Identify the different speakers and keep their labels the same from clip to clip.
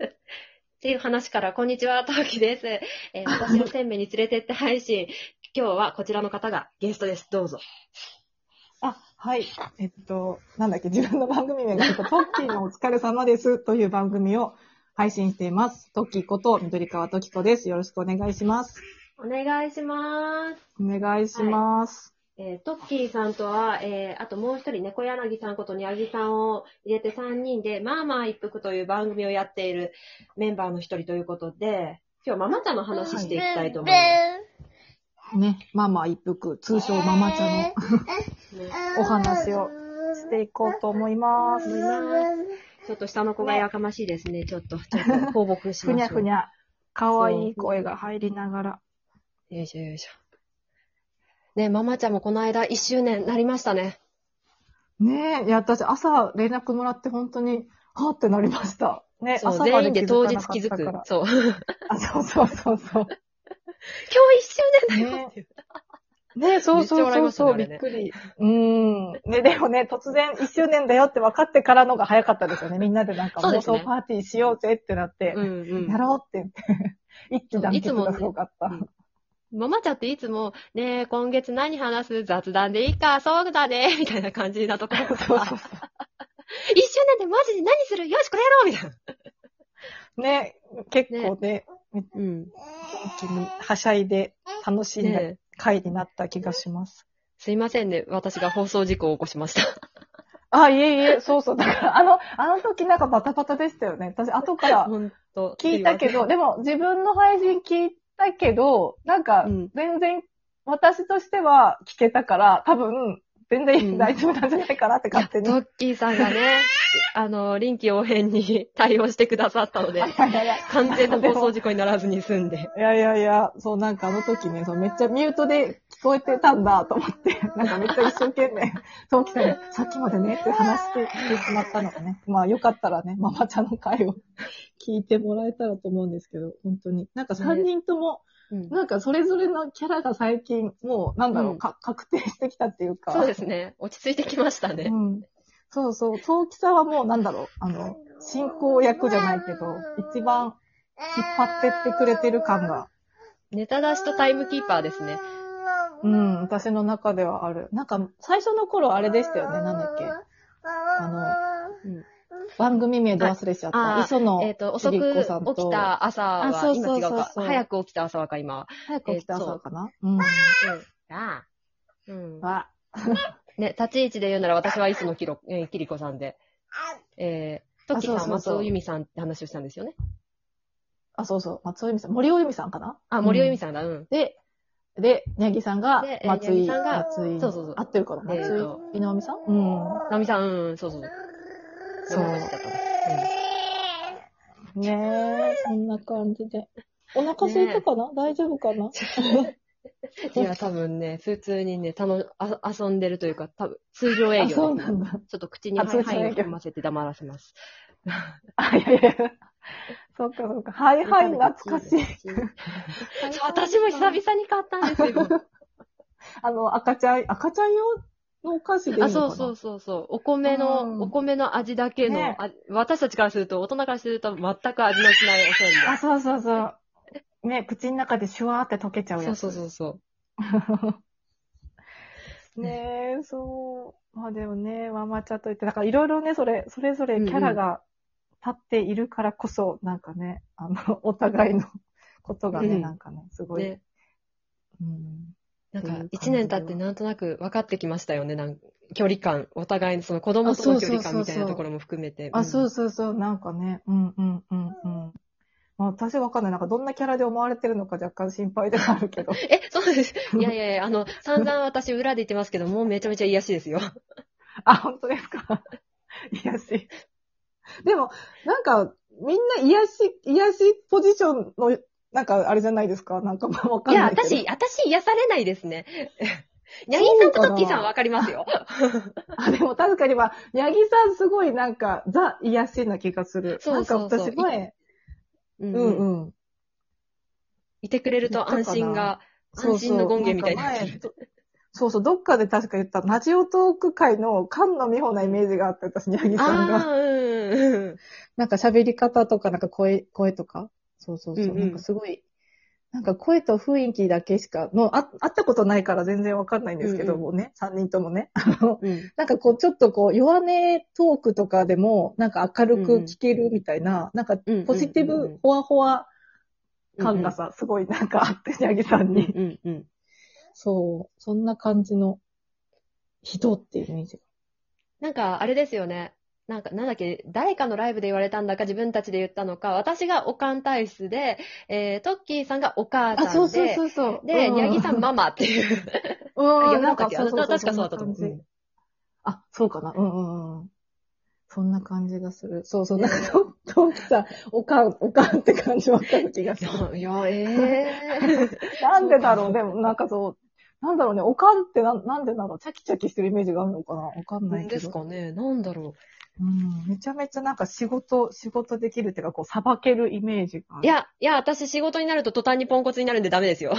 Speaker 1: っていう話から、こんにちは、トウキです。えー私を鮮明に連れてって配信。今日はこちらの方がゲストです。どうぞ。
Speaker 2: あ、はい。えっと、なんだっけ、自分の番組名が、えっとトッキーのお疲れ様ですという番組を配信しています。トッキーこと緑川トキコです。よろしくお願いします。
Speaker 1: お願いします。
Speaker 2: お願いします。
Speaker 1: えートッキーさんとは、えーあともう一人、猫柳さんことにあぎさんを入れて3人で、まあまあ一服という番組をやっているメンバーの一人ということで、今日ママちゃんの話していきたいと思い
Speaker 2: ね、ママ一服、通称ママちゃんの
Speaker 1: ます。ね
Speaker 2: お話をしていこうと思います。
Speaker 1: ちょっと下の子がやかましいですね。ちょっ と、ちょっと放牧しま
Speaker 2: ふに
Speaker 1: しょう。
Speaker 2: ゃふにゃ、かわいい声が入りながら。
Speaker 1: よいしょよいしょ。ねママちゃんもこの間1周年なりましたね。
Speaker 2: ねえ、いや、私朝連絡もらって本当に、はぁってなりました。ね、
Speaker 1: そう、
Speaker 2: 朝ま
Speaker 1: 全員で当日気
Speaker 2: 気づ
Speaker 1: づ
Speaker 2: か
Speaker 1: く
Speaker 2: なか っ。
Speaker 1: そう。今日1
Speaker 2: たから。あ、そうそうそうそう。
Speaker 1: 周年だよっていう。
Speaker 2: ね、そうそうそうそう、
Speaker 1: めっ
Speaker 2: び
Speaker 1: ちゃ笑い
Speaker 2: っ
Speaker 1: ます
Speaker 2: くり。うん。ね、でもね、突然一周年だよって分かってからのが早かったですよね。みんなでなんか
Speaker 1: そうで
Speaker 2: 妄
Speaker 1: すね
Speaker 2: 想パーティーしようぜってなって、
Speaker 1: うん
Speaker 2: やろうって 言って、一気団結がすごかった。
Speaker 1: そういつもねうん。ママちゃんっていつも、ねえ、今月何話す雑談でいいか、そうだね、みたいな感じなところ。
Speaker 2: そう そうそう。
Speaker 1: 一周年でマジで何するよし、これやろうみたいな。
Speaker 2: ね、結構ね、
Speaker 1: うん。
Speaker 2: 一気にはしゃいで楽しんだ
Speaker 1: ねえ
Speaker 2: 回になった気がします。
Speaker 1: すいませんね、私が放送事故を起こしま した。
Speaker 2: あ、いえいえ、そうそう。だから、あの、あの時なんかバタバタでしたよね。私、後から
Speaker 1: 本当
Speaker 2: 聞いたけど、でも自分の配信聞いたけど、なんか
Speaker 1: うん
Speaker 2: 全然私としては聞けたから、多分全
Speaker 1: うん
Speaker 2: 然大丈夫なんじゃないかなって
Speaker 1: いや
Speaker 2: 勝
Speaker 1: ト
Speaker 2: 手に。
Speaker 1: ッキーさんが ね、あの、臨機応変に対応してくださったので、
Speaker 2: いやいや
Speaker 1: 完全な放送事故にならずに済んで。
Speaker 2: いやいやいや、そうなんかあの時ね、そうめっちゃミュートで聞こえてたんだと思って、 なんかめっちゃ一生懸命、そう来たね、さっきまでねって話してしてしまったのがね、まあよかったらね、ママちゃんの回を 聞いてもらえたらと思うんですけど、本当に。なんか3人とも、
Speaker 1: うん
Speaker 2: なんかそれぞれのキャラが最近、もうなんだろう、
Speaker 1: うん
Speaker 2: か確定してきたっていうか。
Speaker 1: そうですね。落ち着いてきましたね
Speaker 2: う。ん。そうそう、陶器さんはもうなんだろう、あの、進行役じゃないけど、一番引っ張ってってくれてる感が、
Speaker 1: ネタ出しとタイムキーパーですね。
Speaker 2: うん、私の中ではある。なんか、最初の頃あれでしたよね、なんだっけ。あ
Speaker 1: うん
Speaker 2: 番組名で忘れちゃっ
Speaker 1: はいあ
Speaker 2: た。
Speaker 1: ー
Speaker 2: 磯野
Speaker 1: えっ、と、遅く
Speaker 2: ちびっこ
Speaker 1: 起
Speaker 2: さんと
Speaker 1: きた朝
Speaker 2: あ
Speaker 1: は
Speaker 2: そ、う
Speaker 1: 今
Speaker 2: そうそうそう
Speaker 1: 違うか。早く起きた朝はか、今は。
Speaker 2: 早く起きた
Speaker 1: えーそ
Speaker 2: 朝
Speaker 1: う
Speaker 2: かな、うん。
Speaker 1: うん。ああ。うん。
Speaker 2: あ、
Speaker 1: ね、立ち位置で言うなら私は磯野きろ、 えー、きりこさんで。えー、トッキー
Speaker 2: あ
Speaker 1: さ
Speaker 2: そ
Speaker 1: ん、
Speaker 2: うそ
Speaker 1: 松
Speaker 2: うそう
Speaker 1: 尾由美さんって話をしたんですよね。
Speaker 2: あ、そうそう、松尾由美さん、森尾由美さんかな
Speaker 1: あ、森尾由美
Speaker 2: さ
Speaker 1: さんだ、うん。
Speaker 2: ん。で、で、にゃぎさんが
Speaker 1: で、えー
Speaker 2: 松
Speaker 1: にゃぎ
Speaker 2: 井、
Speaker 1: さんが
Speaker 2: 松井、
Speaker 1: そうそうそう
Speaker 2: 合ってるから、
Speaker 1: えー
Speaker 2: 松
Speaker 1: と
Speaker 2: 井、井上さんうん。
Speaker 1: 直美さん、うん、そうそう。
Speaker 2: そう
Speaker 1: 名前忘れちゃった
Speaker 2: ねえ、そんな感じで。お腹空いたかな、大丈夫かな
Speaker 1: うんいや、多分ね、普通にね、たの、あ遊んでるというか、多分通常営
Speaker 2: あ、
Speaker 1: 業
Speaker 2: そう
Speaker 1: で。
Speaker 2: な んだ。
Speaker 1: ちょっと口に
Speaker 2: あ
Speaker 1: ハイ
Speaker 2: 通常営
Speaker 1: ハ
Speaker 2: 業
Speaker 1: イを含ませて黙らせます。
Speaker 2: あ、いやいや。そうかそうか。はいはい、懐かしい。
Speaker 1: そう私も久々に買ったんですよ。
Speaker 2: あの、赤ちゃん、赤ちゃん用のお菓子でいいの
Speaker 1: あ、
Speaker 2: かな
Speaker 1: そうそうそうそう。お米
Speaker 2: う
Speaker 1: の、
Speaker 2: ん
Speaker 1: お米の味だけの、
Speaker 2: ね
Speaker 1: あ私たちからすると、大人からすると全く味のしないおせん
Speaker 2: あ、そうそうそう。ね、口の中でシュワーって溶けちゃう
Speaker 1: べい。そ
Speaker 2: や
Speaker 1: う
Speaker 2: つ。
Speaker 1: そうそうそう。
Speaker 2: う。ねえ、そう。まあでもね、ママチャと言って、だからいろいろね、それ、それぞれキャラが立っているからこそ、なんかね、あの、 お互いのことがね、
Speaker 1: うん
Speaker 2: なんかね、すごい。
Speaker 1: ね、
Speaker 2: うん
Speaker 1: なん
Speaker 2: っていう
Speaker 1: か
Speaker 2: 感、じ
Speaker 1: 一年経ってなんとなく分かってきましたよね、なん距離感。お互いのその子供との距離
Speaker 2: あそうそうそ
Speaker 1: 感
Speaker 2: うそう
Speaker 1: みたいなところも含めて。
Speaker 2: あ、そううそうそう、なんかね、うんうんうんうん。まあ、私わかんない。なんかどんなキャラで思われてるのか若干心配ではある けど。
Speaker 1: んえ、そう です。いやいやいや、あの、散々私裏で言ってますけど、もうめちゃめちゃ癒しですよ。
Speaker 2: あ、本当ですか 癒し。でも、なんか、みんな癒し、癒しポジションの、なんかあれじゃないですかなんかまあわか
Speaker 1: い
Speaker 2: ん
Speaker 1: や、
Speaker 2: ないけど。
Speaker 1: 私、私癒されないです ね。ニャギさ
Speaker 2: そ
Speaker 1: ん
Speaker 2: うか
Speaker 1: と
Speaker 2: な
Speaker 1: トッキーさんは分かりますよ。
Speaker 2: あ、でも確かにまあ、ヤギさんすごいなんか、ザ癒しな気がする。
Speaker 1: そうそうそう
Speaker 2: なんか私前、
Speaker 1: う
Speaker 2: うん
Speaker 1: うん。
Speaker 2: んうん。
Speaker 1: いてくれると安心が。
Speaker 2: そう
Speaker 1: 安
Speaker 2: そう
Speaker 1: 心の権限みたいになって
Speaker 2: ん
Speaker 1: る。
Speaker 2: か前そうそう、どっかで確か言った、ラジオトーク界の菅野美穂なイメージがあって、私、にゃぎさんが。
Speaker 1: ああー、うんうん。
Speaker 2: なんか喋り方とか、なんか声、声とか。そうそうそう。
Speaker 1: うんうん
Speaker 2: なんかすごい、なんか声と雰囲気だけしか、の、あ、会ったことないから全然わかんないんですけど
Speaker 1: うんうん
Speaker 2: もね、3人ともね。あの、
Speaker 1: うん。
Speaker 2: なんかこう、ちょっとこう、弱音トークとかでも、なんか明るく聞けるみたいな、なんか
Speaker 1: うん
Speaker 2: ポジティ
Speaker 1: うんうんう
Speaker 2: ブ
Speaker 1: ん、
Speaker 2: ほわほわ感がさ、すごいなんかあって、ヤギさん
Speaker 1: うんう
Speaker 2: に。
Speaker 1: んうん。
Speaker 2: そう、そんな感じの人っていうイメージが。
Speaker 1: なんか、あれですよね。なんか、なんだっけ、誰かのライブで言われたんだか、自分たちで言ったのか、私がおかん体質で、えー、トッキーさんがお母さんで、
Speaker 2: うそう
Speaker 1: で、ニャギさんマ
Speaker 2: ま、
Speaker 1: マっていう。
Speaker 2: う
Speaker 1: いや
Speaker 2: ん、なんか
Speaker 1: な
Speaker 2: そ
Speaker 1: ん
Speaker 2: うそう
Speaker 1: だ
Speaker 2: そ
Speaker 1: っけあのた確かそ
Speaker 2: う
Speaker 1: うだったと思う
Speaker 2: そんな感じあ、そうかな。うんうんうん。そんな感じがする。そうそう。なんか、トークさん、おかん、おかんって感じわかる気がする。
Speaker 1: うん。いや、いやえ
Speaker 2: なんでだろう、でも、なんかそう、なんだろうね、おかんってななんでだろう、チャキチャキしてるイメージがあるのかなわかん
Speaker 1: ー、
Speaker 2: な
Speaker 1: ない ん
Speaker 2: け
Speaker 1: で
Speaker 2: ど。
Speaker 1: すかね。なんだろ
Speaker 2: うん、めちゃめちゃなんか仕事、仕事できるっていうか、こう、裁けるイメージがあ
Speaker 1: う。
Speaker 2: る。
Speaker 1: い、や、いや、私仕事になると途端にポンコツになるんでダメですよ。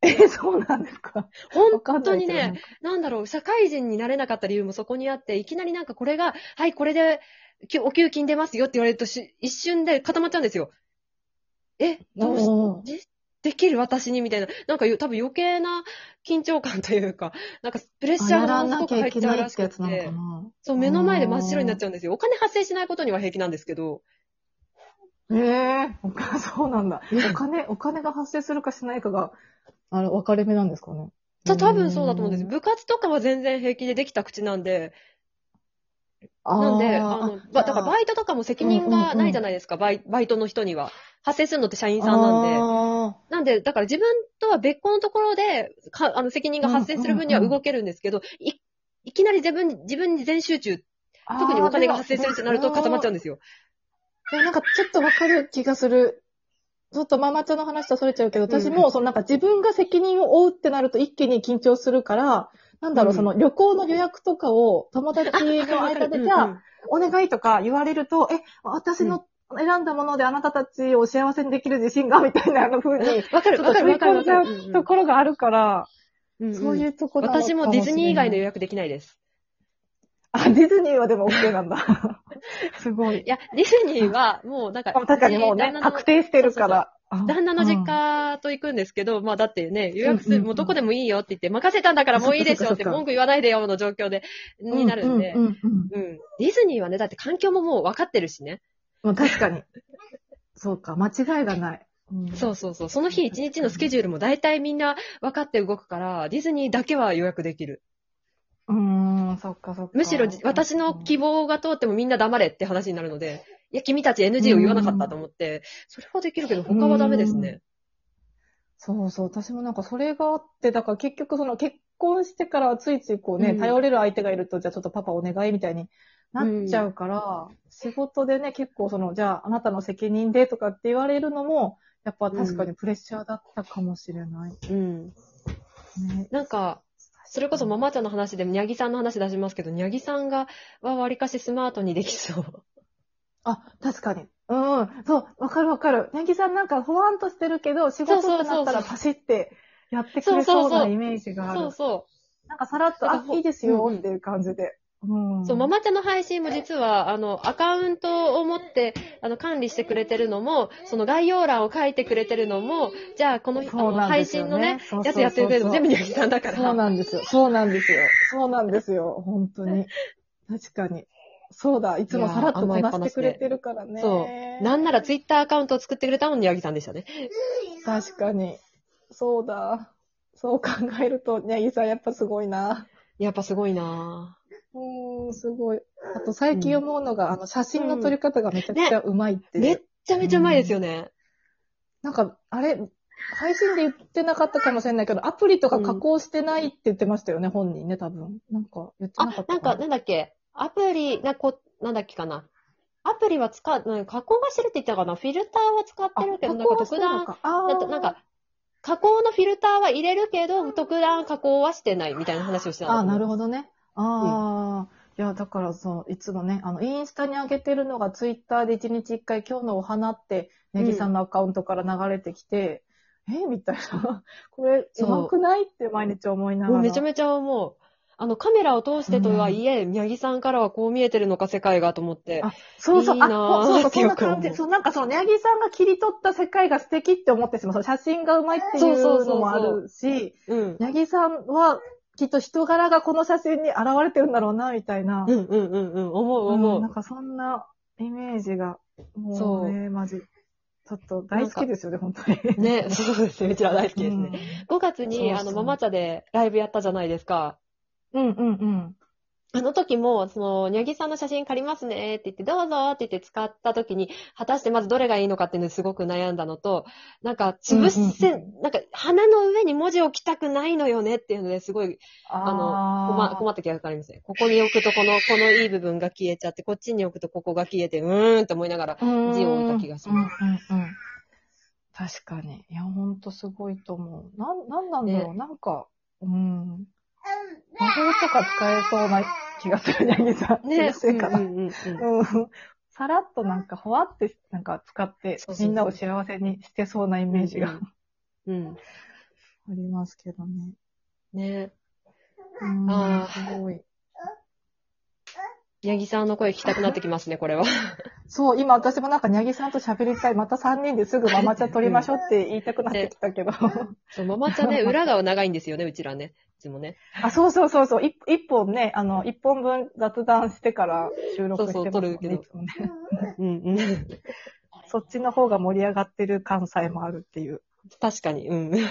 Speaker 2: え、そうなんですか。わか
Speaker 1: 本
Speaker 2: んな
Speaker 1: 当
Speaker 2: い
Speaker 1: に
Speaker 2: けど
Speaker 1: ね、、なんだろう、社会人になれなかった理由もそこにあって、いきなりなんかこれが、はい、これで、きお給金出ますよって言われるとし、一瞬で固まっちゃうんですよ。え、
Speaker 2: なん
Speaker 1: どう
Speaker 2: か
Speaker 1: し
Speaker 2: うん
Speaker 1: できる私にみたいな、なんかよ多分余計な緊張感というか、なんかプレッシャーがすごく入っちゃうらしくて、
Speaker 2: な
Speaker 1: そう、目の前で真っ白になっちゃうんですよ。お金発生しないことには平気なんですけど、
Speaker 2: ええおかそうなんだ。お金、お金が発生するかしないかが、あれ、分かれ目なんですかね。
Speaker 1: た多分そうだと思うんですよ。
Speaker 2: よ。
Speaker 1: 部活とかは全然平気でできた口なんで、
Speaker 2: な
Speaker 1: なんで、あの、ばだからバイトとかも責任がないじゃないですか、バイバイトの人には。発生するのって社員さんなんで。
Speaker 2: んで。
Speaker 1: なんで、だから自分とは別個のところで、かあの責任が発生する分には
Speaker 2: うんうんうん
Speaker 1: 動けるんですけど、いいきなり自分に、自分に全集中特にお金が発生するってなると固まっちゃうんですよ。
Speaker 2: でもなんかちょっとわかる気がする。ちょっとママちゃんの話とそれちゃうけど、私も、そのなんか自分が責任を負うってなると一気に緊張するから、なんだろう、
Speaker 1: うん
Speaker 2: その旅行の予約とかを友達の間で、じ ゃあ、お願いとか言われると、え、私の選んだものであなたたちを幸せにできる自信が、みたいなあの風に、
Speaker 1: わか
Speaker 2: ち
Speaker 1: る、
Speaker 2: ょっ
Speaker 1: わ
Speaker 2: と
Speaker 1: かる、
Speaker 2: 食い
Speaker 1: わかる、
Speaker 2: 込ん
Speaker 1: わ
Speaker 2: じ
Speaker 1: か
Speaker 2: ゃう
Speaker 1: る。
Speaker 2: ところがあるから、
Speaker 1: うんうん
Speaker 2: そういうところ
Speaker 1: 私もディズニー以外の予約できないです。
Speaker 2: あ、ディズニーはでも OK な んだ。すごい
Speaker 1: い。や、ディズニーはもうなんか、
Speaker 2: 確かに もうね
Speaker 1: 旦那、の
Speaker 2: 確定してるから。
Speaker 1: 旦那の実
Speaker 2: あ。
Speaker 1: 家と行くんですけど、まあだってね、予約す
Speaker 2: うんうん
Speaker 1: る、
Speaker 2: うん
Speaker 1: もうどこでもいいよって言って、任せたんだからもういいでしょうって
Speaker 2: そっかそっかそっか
Speaker 1: 文句言わないでよの状況で、
Speaker 2: うん
Speaker 1: になるんで。
Speaker 2: うううん
Speaker 1: うん。ディズニーはね、だって環境ももう分かってるしね。
Speaker 2: まあ確か に。そうか、間違いがない。。
Speaker 1: そううそうそう。その日一日のスケジュールも大体みんな分かって動くから、ディズニーだけは予約できる。
Speaker 2: うーん、そっかそっか。
Speaker 1: むしろ私の希望が通ってもみんな黙れって話になるので、いや、君たち NG を言わなかったと思って、それはできるけど他はダメですね。
Speaker 2: そうそう、私もなんかそれがあって、だから結局その結婚してからついついこうね、
Speaker 1: うん
Speaker 2: 頼れる相手がいると、じゃあちょっとパパお願いみたいになっちゃうから、仕事でね、結構その、じゃああなたの責任でとかって言われるのも、やっぱ確かにプレッシャーだったかもしれない。
Speaker 1: うん。
Speaker 2: ね、
Speaker 1: なんか、それこそママちゃんの話でも、にゃぎさんの話出しますけど、にゃぎさんが、はわりかしスマートにできそう。
Speaker 2: あ、確かに。うんうん、そう、わかるわかる。ネギさんなんかほわんとしてるけど、仕事ってな
Speaker 1: そうそうそ
Speaker 2: った
Speaker 1: うそ
Speaker 2: ら
Speaker 1: う
Speaker 2: パシってやってくれそう
Speaker 1: そうそう
Speaker 2: な
Speaker 1: そう
Speaker 2: イメージがある
Speaker 1: そう。そ
Speaker 2: なんかさらっと、
Speaker 1: なん
Speaker 2: あ
Speaker 1: か、ほ
Speaker 2: いいですよっていう感じで。う
Speaker 1: う。
Speaker 2: ん。
Speaker 1: そう、ママちゃんの配信も実は、あの、アカウントを持って、あの、管理してくれてるのも、その概要欄を書いてくれてるのも、じゃあ、この、あ
Speaker 2: そう
Speaker 1: の
Speaker 2: なんで
Speaker 1: 配
Speaker 2: すよ
Speaker 1: 信
Speaker 2: ね
Speaker 1: のね、
Speaker 2: そうそうそう
Speaker 1: や
Speaker 2: そ
Speaker 1: つ
Speaker 2: う
Speaker 1: やってくれるの全部にゃぎさんだから。
Speaker 2: そうなんですよ。そうなんですよ。そうなんですよ。本当に。確かに。そうだ、いつもさらっとこなしてくれてるからね。。
Speaker 1: そうなんならツイッターアカウントを作ってくれたのもにゃぎさんでしたね。
Speaker 2: 確かに。そうだ。そう考えると、ネギさんやっぱすごいな。
Speaker 1: やっぱすごいなぁ。
Speaker 2: うーん、すごい。あと最近思うのが、あの、写真の撮り方がめちゃくちゃうまいっていう。
Speaker 1: めっちゃめちゃうまいですよね。
Speaker 2: なんか、あれ、配信で言ってなかったかもしれないけど、アプリとか加工してないって言ってましたよね、本人ね、多分。なんか、言って
Speaker 1: あ
Speaker 2: なかっ、
Speaker 1: な
Speaker 2: た
Speaker 1: んか、なんだっけ、アプリ、なこなんだっけかな。アプリは使う、なんか加工がしてるって言ったかな。フィルターは使ってるけど、なんか特段、
Speaker 2: か。あ
Speaker 1: なんかなんか、加工のフィルターは入れるけど、特段加工はしてないみたいな話をしてた
Speaker 2: あー、なる
Speaker 1: ほ
Speaker 2: ほどね。ああ、いや、だからそう、いつもね、あの、インスタに上げてるのが、ツイッターで一日一回、今日のお花って、ネギさんのアカウントから流れてきて、えみたいな。これ、
Speaker 1: そう
Speaker 2: 上手くないって毎日思いな
Speaker 1: も
Speaker 2: が
Speaker 1: う
Speaker 2: ら。
Speaker 1: めちゃめちゃ思う。あの、カメラを通してとはいえ、宮城さんからはこう見えてるのか、世界がと思って。
Speaker 2: あそうそう、
Speaker 1: いい
Speaker 2: あ、
Speaker 1: なぁ
Speaker 2: そうそう、そんな
Speaker 1: ってよく
Speaker 2: 感
Speaker 1: 思
Speaker 2: じ。
Speaker 1: う
Speaker 2: そう、なんかその、にゃぎさんが切り取った世界が素敵って思ってしまう。その写真がうまいってい
Speaker 1: そうそうそう
Speaker 2: う
Speaker 1: そう
Speaker 2: のもあるし、
Speaker 1: うん。
Speaker 2: にゃぎさんは、きっと人柄がこの写真に現れてるんだろうな、みたいな。
Speaker 1: うんうんうんうん。思う
Speaker 2: う
Speaker 1: 思
Speaker 2: ん、
Speaker 1: う
Speaker 2: なん。かそんなイメージが、
Speaker 1: そ
Speaker 2: も
Speaker 1: う
Speaker 2: うね、マジ。ちょっと大好きですよね、本当に。
Speaker 1: ね、そうですね。うちら大好きですね。
Speaker 2: ね。
Speaker 1: 5月
Speaker 2: そう
Speaker 1: に、
Speaker 2: そう
Speaker 1: あの、ママ茶でライブやったじゃないですか。
Speaker 2: うんうんうん。
Speaker 1: あの時も、その、にゃぎさんの写真借りますねって言って、どうぞって言って使った時に、果たしてまずどれがいいのかっていうのにすごく悩んだのと、なんか、潰せ、
Speaker 2: うんうん
Speaker 1: なんか、鼻の上に文字を置きたくないのよねっていうのですごいあ
Speaker 2: の。
Speaker 1: 困困った気がかかりますね。ここに置くとこの、このいい部分が消えちゃって、こっちに置くとここが消えて、うーんって思いながら、字を置いた気がします
Speaker 2: うんうんうん確かに。いや、ほんとすごいと思う。なん、なんなんだろう、なんか、うん。魔法とか使えそうな気がする、ヤギさん。気
Speaker 1: ね
Speaker 2: の、せいかな。
Speaker 1: う
Speaker 2: うん
Speaker 1: うんうんうん
Speaker 2: ん。さらっとなんか、ほわって、なんか使って
Speaker 1: そうそう、そう
Speaker 2: みんなを幸せにしてそうなイメージがあ
Speaker 1: うん。
Speaker 2: りますけどね。
Speaker 1: ね
Speaker 2: うん
Speaker 1: あ
Speaker 2: すごい。
Speaker 1: ヤギさんの声聞きたくなってきますね、これ は。
Speaker 2: そう、今私もなんか、にゃぎさんと喋りたい。また3人ですぐママ茶取りましょうって言いたくなってきたけど。
Speaker 1: そう、ママちゃんね、裏が長いんですよね、うちらね。いつもね。
Speaker 2: あ、そうそうそうそう。一一本ね、あの、一本分雑談してから収録して
Speaker 1: そうそ
Speaker 2: ますもんね
Speaker 1: う撮るけど
Speaker 2: いつもね。
Speaker 1: うんうん。
Speaker 2: そっちの方が盛り上がってる関西もあるっていう。
Speaker 1: 確かに、うん。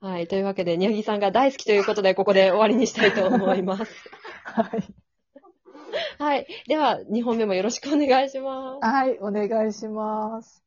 Speaker 1: はい。というわけで、にゃぎさんが大好きということで、ここで終わりにしたいと思います。
Speaker 2: はい。
Speaker 1: はい。では、2本目もよろしくお願いします。
Speaker 2: はい、お願いします。